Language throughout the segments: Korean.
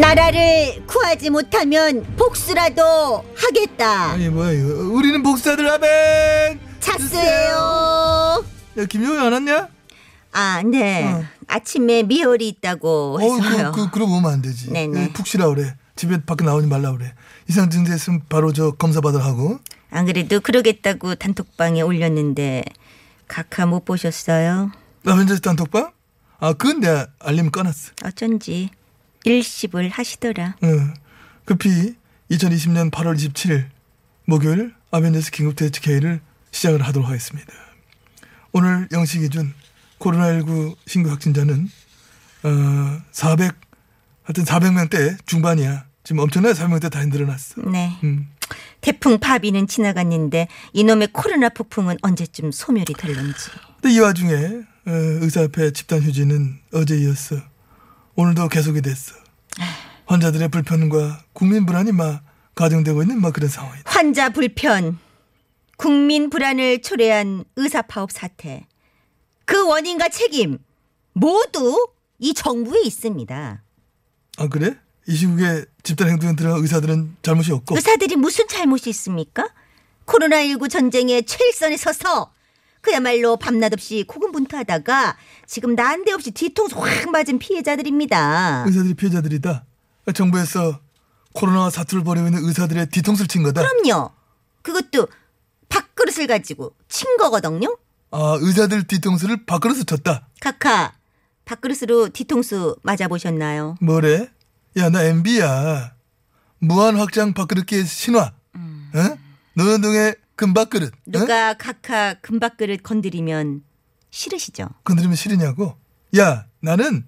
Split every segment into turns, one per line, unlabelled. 나라를 구하지 못하면 복수라도 하겠다.
아니 뭐야 이거 우리는 복사들 아멘
차스예요.
야 김영희 안 왔냐?
아, 네.
어.
아침에 미열이 있다고 했어요.
어, 그, 그, 그러고 오면 안 되지
네네.
예, 푹 쉬라 그래 집에 밖에 나오지 말라 그래 이상 증세 있으면 바로 저 검사 받으러 하고
안 그래도 그러겠다고 단톡방에 올렸는데 각하 못 보셨어요?
나 면접 단톡방? 아 그건 내가 알림 꺼놨어
어쩐지 일십을 하시더라.
응. 예. 급히 2020년 8월 27일 목요일 아벤져스 긴급대책 회의를 시작을 하도록 하겠습니다. 오늘 영시 기준 코로나19 신규 확진자는 어, 400 하여튼 400명대 중반이야. 지금 엄청나게 400명대 다 늘어났어.
네.
음.
태풍 바비는 지나갔는데 이놈의 코로나 폭풍은 언제쯤 소멸이 될는지.
근데 이 와중에 어, 의사 앞에 집단 휴지는 어제 이었어. 오늘도 계속이 됐어. 환자들의 불편과 국민 불안이 막 가중되고 있는 막 그런 상황이다.
환자 불편, 국민 불안을 초래한 의사 파업 사태. 그 원인과 책임 모두 이 정부에 있습니다.
아 그래? 이 시국에 집단 행동에 들어간 의사들은 잘못이 없고
의사들이 무슨 잘못이 있습니까? 코로나19 전쟁의 최일선에 서서 그야말로 밤낮 없이 고군분투하다가 지금 난데없이 뒤통수 확 맞은 피해자들입니다.
의사들이 피해자들이다. 그러니까 정부에서 코로나 사투를 벌이고 있는 의사들의 뒤통수를 친 거다.
그럼요. 그것도 밥그릇을 가지고 친 거거든요.
아 의사들 뒤통수를 밖으로서 쳤다.
카카, 밥그릇으로 뒤통수 맞아보셨나요?
뭐래? 야 나 MB야. 무한 확장 밥그릇계의 신화. 응? 노현동의 금밥그릇. 응?
음. 누가 카카 금밥그릇 건드리면 싫으시죠?
건드리면 싫으냐고? 야 나는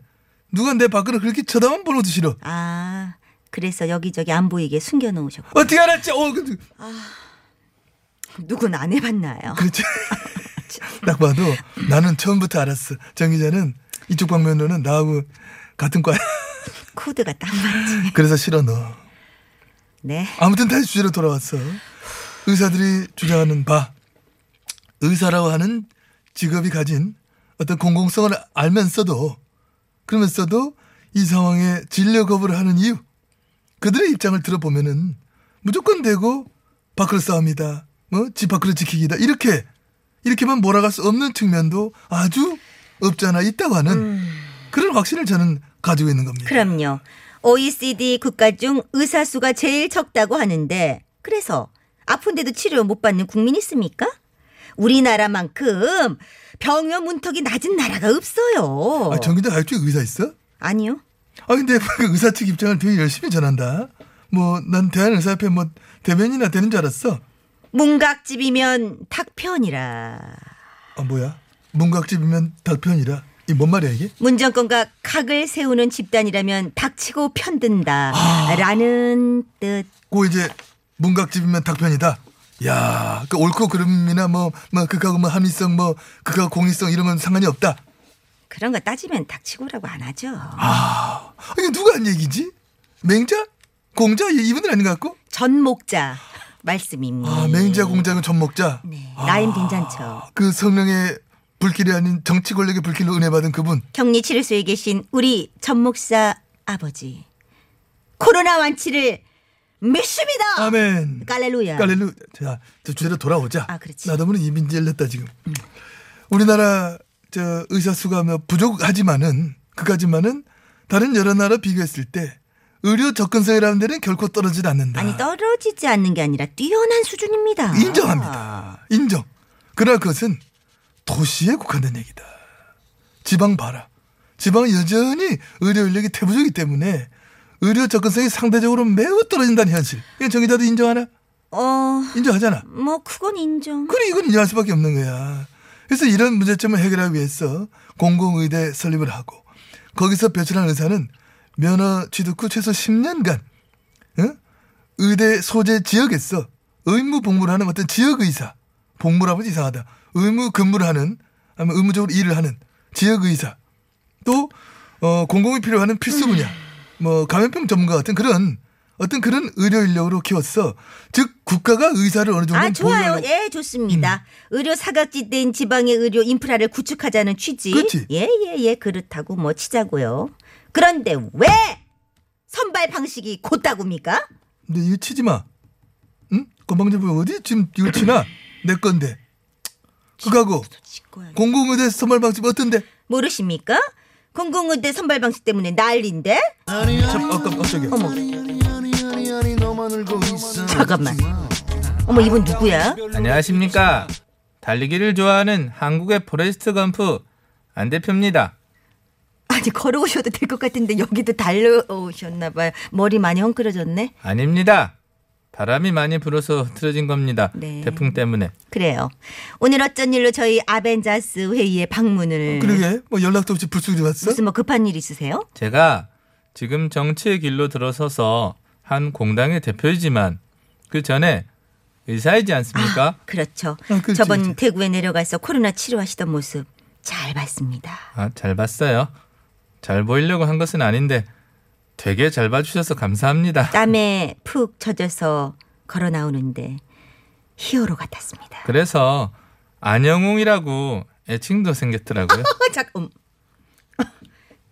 누가 내 밥그릇 그렇게 쳐다만 보는 것도 싫어.
아, 그래서 여기저기 안 보이게 숨겨놓으셨고.
어떻게 알았지? 어, 그,
누군 안 해봤나요?
그렇지. 딱 봐도 나는 처음부터 알았어. 정 기자는 이쪽 방면으로는 나하고 같은 과야.
코드가 딱 맞지.
그래서 싫어 너.
네.
아무튼 다시 주제로 돌아왔어. 의사들이 주장하는 바 의사라고 하는 직업이 가진 어떤 공공성을 알면서도 그러면서도 이 상황에 진료 거부를 하는 이유 그들의 입장을 들어보면은 무조건 되고 밖으로 싸웁니다. 뭐집 밖으로 지키기다 이렇게 이렇게만 몰아갈 수 없는 측면도 아주 없지 않아 있다고 하는 그런 확신을 저는 가지고 있는 겁니다.
음. 그럼요. OECD 국가 중 의사 수가 제일 적다고 하는데 그래서 아픈데도 치료 못 받는 국민 있습니까? 우리나라만큼 병원 문턱이 낮은 나라가 없어요.
아, 정 기자 갈주에 의사 있어?
아니요.
아 근데 그 의사 측 입장을 되게 열심히 전한다. 뭐 난 대한의사협회 뭐 대변이나 되는 줄 알았어.
문각집이면 탁편이라.
아 뭐야? 문각집이면 닭편이라. 이 뭔 말이야 이게?
문정권과 각을 세우는 집단이라면 닥치고 편든다라는 뜻.
고 이제 문각집이면 닭편이다. 야, 그 옳고 그름이나 뭐, 뭐 극하고 뭐 합리성 뭐 극하고 공의성 이런 건 상관이 없다.
그런 거 따지면 닥치고라고 안 하죠.
아, 이게 누가 한 얘기지? 맹자? 공자 이- 이분들 아닌 것 같고?
전목자 말씀입니다.
아, 맹자 공자는 아. 전목자.
음. 네, 라임 괜찮죠.
그 성령의 불길이 아닌 정치 권력의 불길로 은혜 받은 그분.
격리 치료소에 계신 우리 전목사 아버지. 코로나 완치를 믿습니다.
아멘.
깔렐루야.
깔렐루 자, 저 주제로 돌아오자.
아, 그렇지.
나도 모르게 이민지 열렸다 지금. 우리나라 저 의사 수가 뭐 부족하지만은 그까지만은 다른 여러 나라 비교했을 때 의료 접근성이라는 데는 결코 떨어지지 않는다.
아니 떨어지지 않는 게 아니라 뛰어난 수준입니다. 아.
인정합니다. 인정. 그러나 그것은 도시에 국한된 얘기다. 지방 봐라. 지방은 여전히 의료 인력이 태부적이기 때문에 의료 접근성이 상대적으로 매우 떨어진다는 현실. 이건 정의자도 인정하나?
어,
인정하잖아.
뭐 그건 인정.
그래 이건 인정할 수밖에 없는 거야. 그래서 이런 문제점을 해결하기 위해서 공공의대 설립을 하고 거기서 배출한 의사는 면허 취득 후 최소 10년간 응? 의대 소재 지역에서 의무 복무를 하는 어떤 지역 의사 복무라고 하면 이상하다 의무 근무를 하는 아니면 의무적으로 일을 하는 지역 의사 또 어, 공공이 필요하는 필수 분야 뭐 감염병 전문가 같은 그런 어떤 그런 의료 인력으로 키웠어 즉 국가가 의사를 어느 정도
아 좋아요.
보유하려고-
예,
음.
좋습니다. 의료 사각지대인 지방의 의료 인프라를 구축하자는 취지.
그렇지.
예, 예, 예. 그렇다고 뭐 치자고요. 그런데 왜 선발 방식이 곧다고입니까?
근데 이거 치지 마. 응? 건방지부 어디 지금 이거 치나? 내 건데. 그거하고 공공의대 선발 방식 어떤데?
모르십니까? 공공의대 선발 방식 때문에 난리인데.
참, 아까 갑자기.
어머.
아,
잠깐만. 어머 이분 누구야?
안녕하십니까. 달리기를 좋아하는 한국의 포레스트 검프 안 대표입니다.
아니 걸어오셔도 될 것 같은데 여기도 달려오셨나 봐요. 머리 많이 헝클어졌네.
아닙니다. 바람이 많이 불어서 틀어진 겁니다.
네.
태풍 때문에.
그래요. 오늘 어쩐 일로 저희 아벤자스 회의에 방문을
그러게 뭐 연락도 없이 불쑥 들어왔어?
무슨 뭐 급한 일 있으세요?
제가 지금 정치의 길로 들어서서 한 공당의 대표이지만 그 전에 의사이지 않습니까?
아, 그렇죠.
아, 그렇지,
저번
그렇지.
대구에 내려가서 코로나 치료하시던 모습 잘 봤습니다.
아, 잘 봤어요. 잘 보이려고 한 것은 아닌데 되게 잘 봐주셔서 감사합니다.
땀에 푹 젖어서 걸어 나오는데 히어로 같았습니다.
그래서 안영웅이라고 애칭도 생겼더라고요.
어, 잠 음.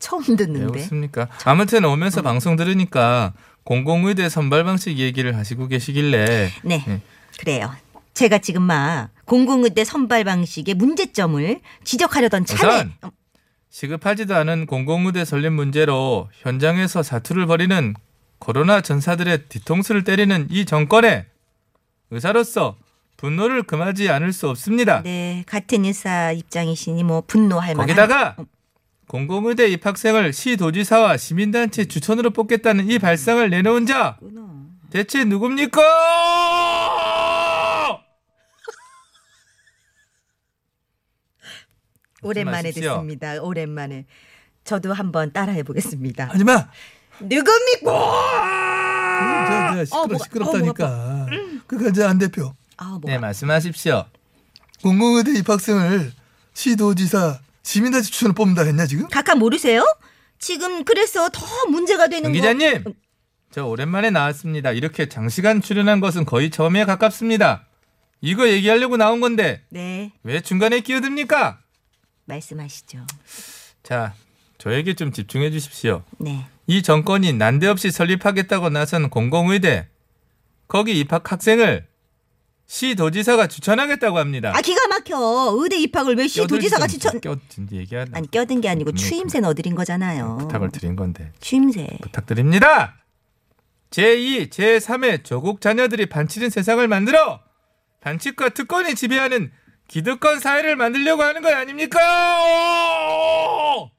처음
왜
듣는데.
네,
음.
웃습니까? 아무튼 오면서 방송 들으니까 공공의대 선발 방식 얘기를 하시고 계시길래
네.
네.
그래요. 제가 지금 막 공공의대 선발 방식의 문제점을 지적하려던 차례. 어,
우선! 시급하지도 않은 공공의대 설립 문제로 현장에서 사투를 벌이는 코로나 전사들의 뒤통수를 때리는 이 정권에 의사로서 분노를 금하지 않을 수 없습니다.
네, 같은 의사 입장이시니 뭐 분노할 만한.
거기다가 공공의대 입학생을 시도지사와 시민단체 추천으로 뽑겠다는 이 발상을 내놓은 자 대체 누굽니까?
오랜만에
말씀하십시오.
듣습니다. 오랜만에. 저도 한번 따라해 보겠습니다.
하지마.
누굽니까?
자, 자,
아, 어, 뭐가-
시끄러
어,
시끄럽다니까.
음.
그러니까 이제 안 대표
아, 뭐.
네 말씀하십시오.
공공의대 입학생을 시도지사 시민단체 추천을 뽑는다 했냐 지금?
각하 모르세요? 지금 그래서 더 문제가 되는
윤 기자님,
음.
저 오랜만에 나왔습니다. 이렇게 장시간 출연한 것은 거의 처음에 가깝습니다. 이거 얘기하려고 나온 건데
네,
왜 중간에 끼어듭니까?
말씀하시죠.
자, 저에게 좀 집중해 주십시오.
네.
이 정권이 난데없이 설립하겠다고 나선 공공의대 거기 입학 학생을 시 도지사가 추천하겠다고 합니다.
아 기가 막혀. 의대 입학을 왜 시 도지사가 추천?
껴든지 얘기하는
아니 껴든 게 아니고
네,
추임새 넣어드린 거잖아요.
부탁을 드린 건데
추임새.
부탁드립니다. 제2, 제3의 조국 자녀들이 반치는 세상을 만들어 반칙과 특권이 지배하는 기득권 사회를 만들려고 하는 건 아닙니까? 오!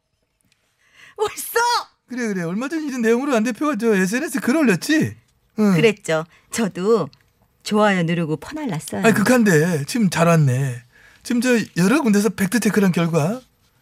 벌써
그래 그래 얼마 전 이런 내용으로 안 대표가 저 SNS 글 올렸지? 응.
그랬죠. 저도 좋아요 누르고 퍼날랐어요.
그-
아니 극한데 지금 잘 왔네. 지금 저 여러 군데서 팩트 체크한 결과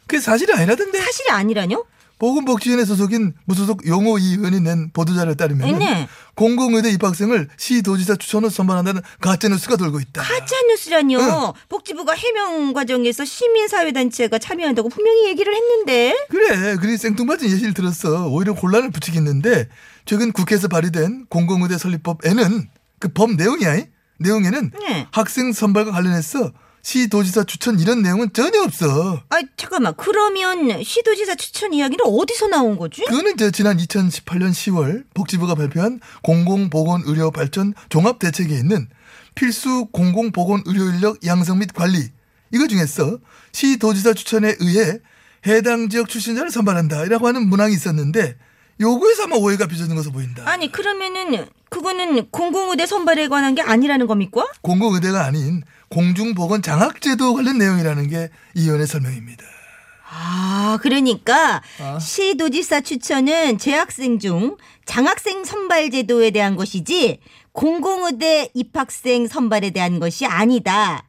그게 사실이 아니라던데.
사실이 아니라뇨?
보건복지위원회 소속인 무소속 용호 이 의원이 낸 보도자료에 따르면
네.
공공의대 입학생을 시도지사 추천으로 선발한다는 가짜뉴스가 돌고 있다.
가짜 뉴스라뇨. 복지부가 해명 과정에서 시민사회단체가 참여한다고 분명히 얘기를 했는데.
그래, 그리 생뚱맞은 예시를 들었어. 오히려 혼란을 부추기는데 최근 국회에서 발의된 공공의대 설립법에는 그 법 내용이 아니? 내용에는
네.
학생 선발과 관련해서 시도지사 추천 이런 내용은 전혀 없어.
아 잠깐만 그러면 시도지사 추천 이야기는 어디서 나온 거지?
그거는 저 지난 2018년 10월 복지부가 발표한 공공보건의료발전 종합대책에 있는 필수 공공보건의료인력 양성 및 관리 이거 중에서 시도지사 추천에 의해 해당 지역 출신자를 선발한다라고 하는 문항이 있었는데 요거에서 아마 오해가 빚어진 것으로 보인다.
아니 그러면은 그거는 공공의대 선발에 관한 게 아니라는 겁니까?
공공의대가 아닌 공중보건 장학제도 관련 내용이라는 게 이 의원의 설명입니다.
네. 아 그러니까 시도지사 추천은 재학생 중 장학생 선발 제도에 대한 것이지 공공의대 입학생 선발에 대한 것이 아니다.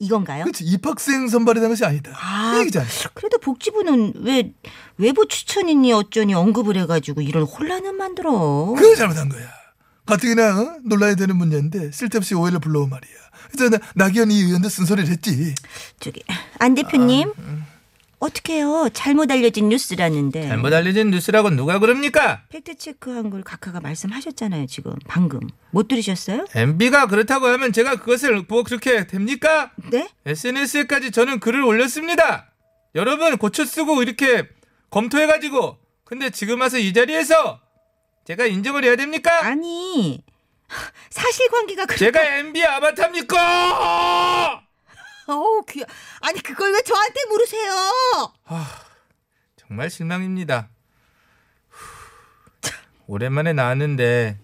이건가요?
그렇지 입학생 선발이라는 것이 아니다.
아.
이 얘기잖아.
그래도 복지부는 왜 외부 추천이니 어쩌니 언급을 해가지고 이런 혼란을 만들어.
그게 잘못한 거야. 가뜩이나 어? 논란이 되는 문제인데 쓸데없이 오해를 불러온 말이야. 그래서 나- 나기현이 의원도 쓴소리를 했지.
저기 안 대표님
아,
어떻게 해요? 잘못 알려진 뉴스라는데.
음. 잘못 알려진 뉴스라고 누가 그럽니까?
팩트 체크한 걸 각하가 말씀하셨잖아요 지금 방금 못 들으셨어요?
MB가 그렇다고 하면 제가 그것을 보고 그렇게 됩니까?
네?
SNS에까지 저는 글을 올렸습니다. 여러분 고쳐 쓰고 이렇게 검토해가지고 근데 지금 와서 이 자리에서 제가 인정을 해야 됩니까?
아니 사실관계가 그
제가 MB 아바타입니까?
어우 귀여 아니 그걸 왜 저한테 물으세요?
아. 정말 실망입니다. 후, 오랜만에 나왔는데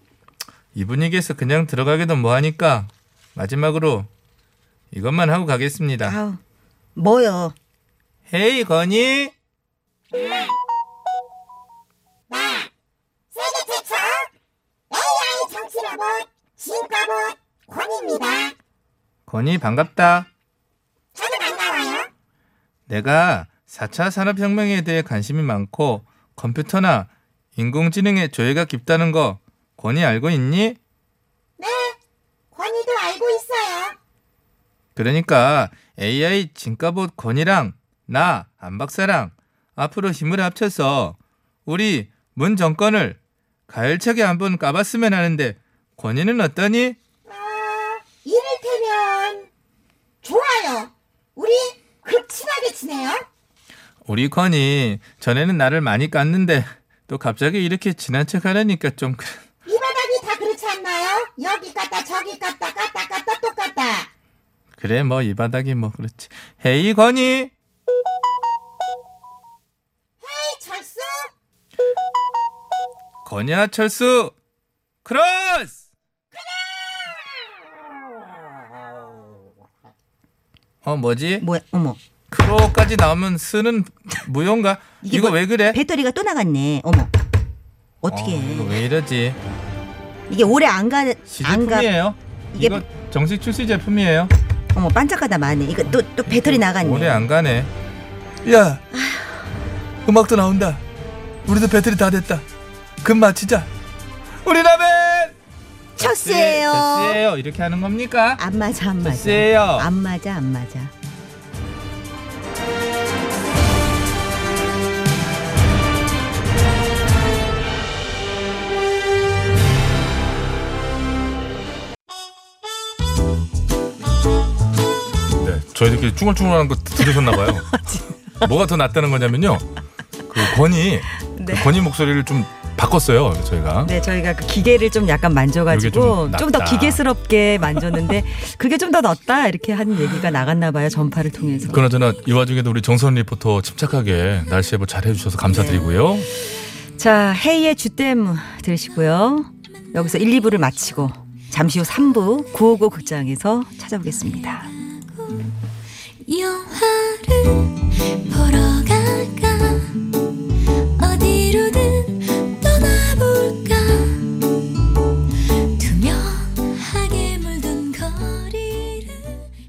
이 분위기에서 그냥 들어가기도 뭐하니까 마지막으로 이것만 하고 가겠습니다.
아우 뭐요?
헤이 건이 건이 반갑다. 내가 4차 산업혁명에 대해 관심이 많고 컴퓨터나 인공지능의 조예가 깊다는 거 권이 알고 있니?
권희도 알고 있어요.
그러니까 AI 진가봇 권이랑 나, 안 박사랑 앞으로 힘을 합쳐서 우리 문 정권을 가열차게 한번 까봤으면 하는데 권위는 어떠니?
이를테면 좋아요. 우리 극친하게 지내요.
우리 권이 전에는 나를 많이 깠는데 또 갑자기 이렇게 지난 척 하려니까 좀 그래.
이 바닥이 다 그렇지 않나요? 여기 깠다 저기 깠다 깠다 깠다 또 깠다.
그래 뭐 이 바닥이 뭐 그렇지 헤이 건이
헤이 철수
건야 철수 크로스 어 뭐지
뭐야 어머
크로까지 나오면 쓰는 무용가
이게
이거
뭐-
왜 그래
배터리가 또 나갔네 어머 어떻게
어, 이거
해
왜 이러지
이게 오래 안가안가
시제품이에요
이게-
이거 정식 출시 제품이에요
어머 반짝하다 마네 이거 또 또 배터리 나갔네
오래 안 가네
야 음악도 나온다. 우리도 배터리 다 됐다. 금 마치자.
우리 라면
첫스예요
첫스예요 이렇게 하는 겁니까
안 맞아 안 맞아
첫스예요.
안 맞아 안 맞아
네, 저희들끼리 쭝얼쭝얼하는 거 들으셨나봐요.
아,
뭐가 더 낫다는 거냐면요. 그 권이
네.
그 권이 목소리를 좀 바꿨어요. 저희가
네, 저희가 그 기계를 좀 약간 만져가지고
이게 좀
좀 더
낫다.
기계스럽게 만졌는데 그게 좀 더 낫다 이렇게 한 얘기가 나갔나 봐요 전파를 통해서.
그나저나 이 와중에도 우리 정선 리포터 침착하게 날씨 예보 잘 해주셔서 감사드리고요.
네.
자, 헤이의 주댐 들으시고요. 여기서 1, 2부를 마치고 잠시 후 3부 959 극장에서 찾아오겠습니다.
영화를 보러 갈까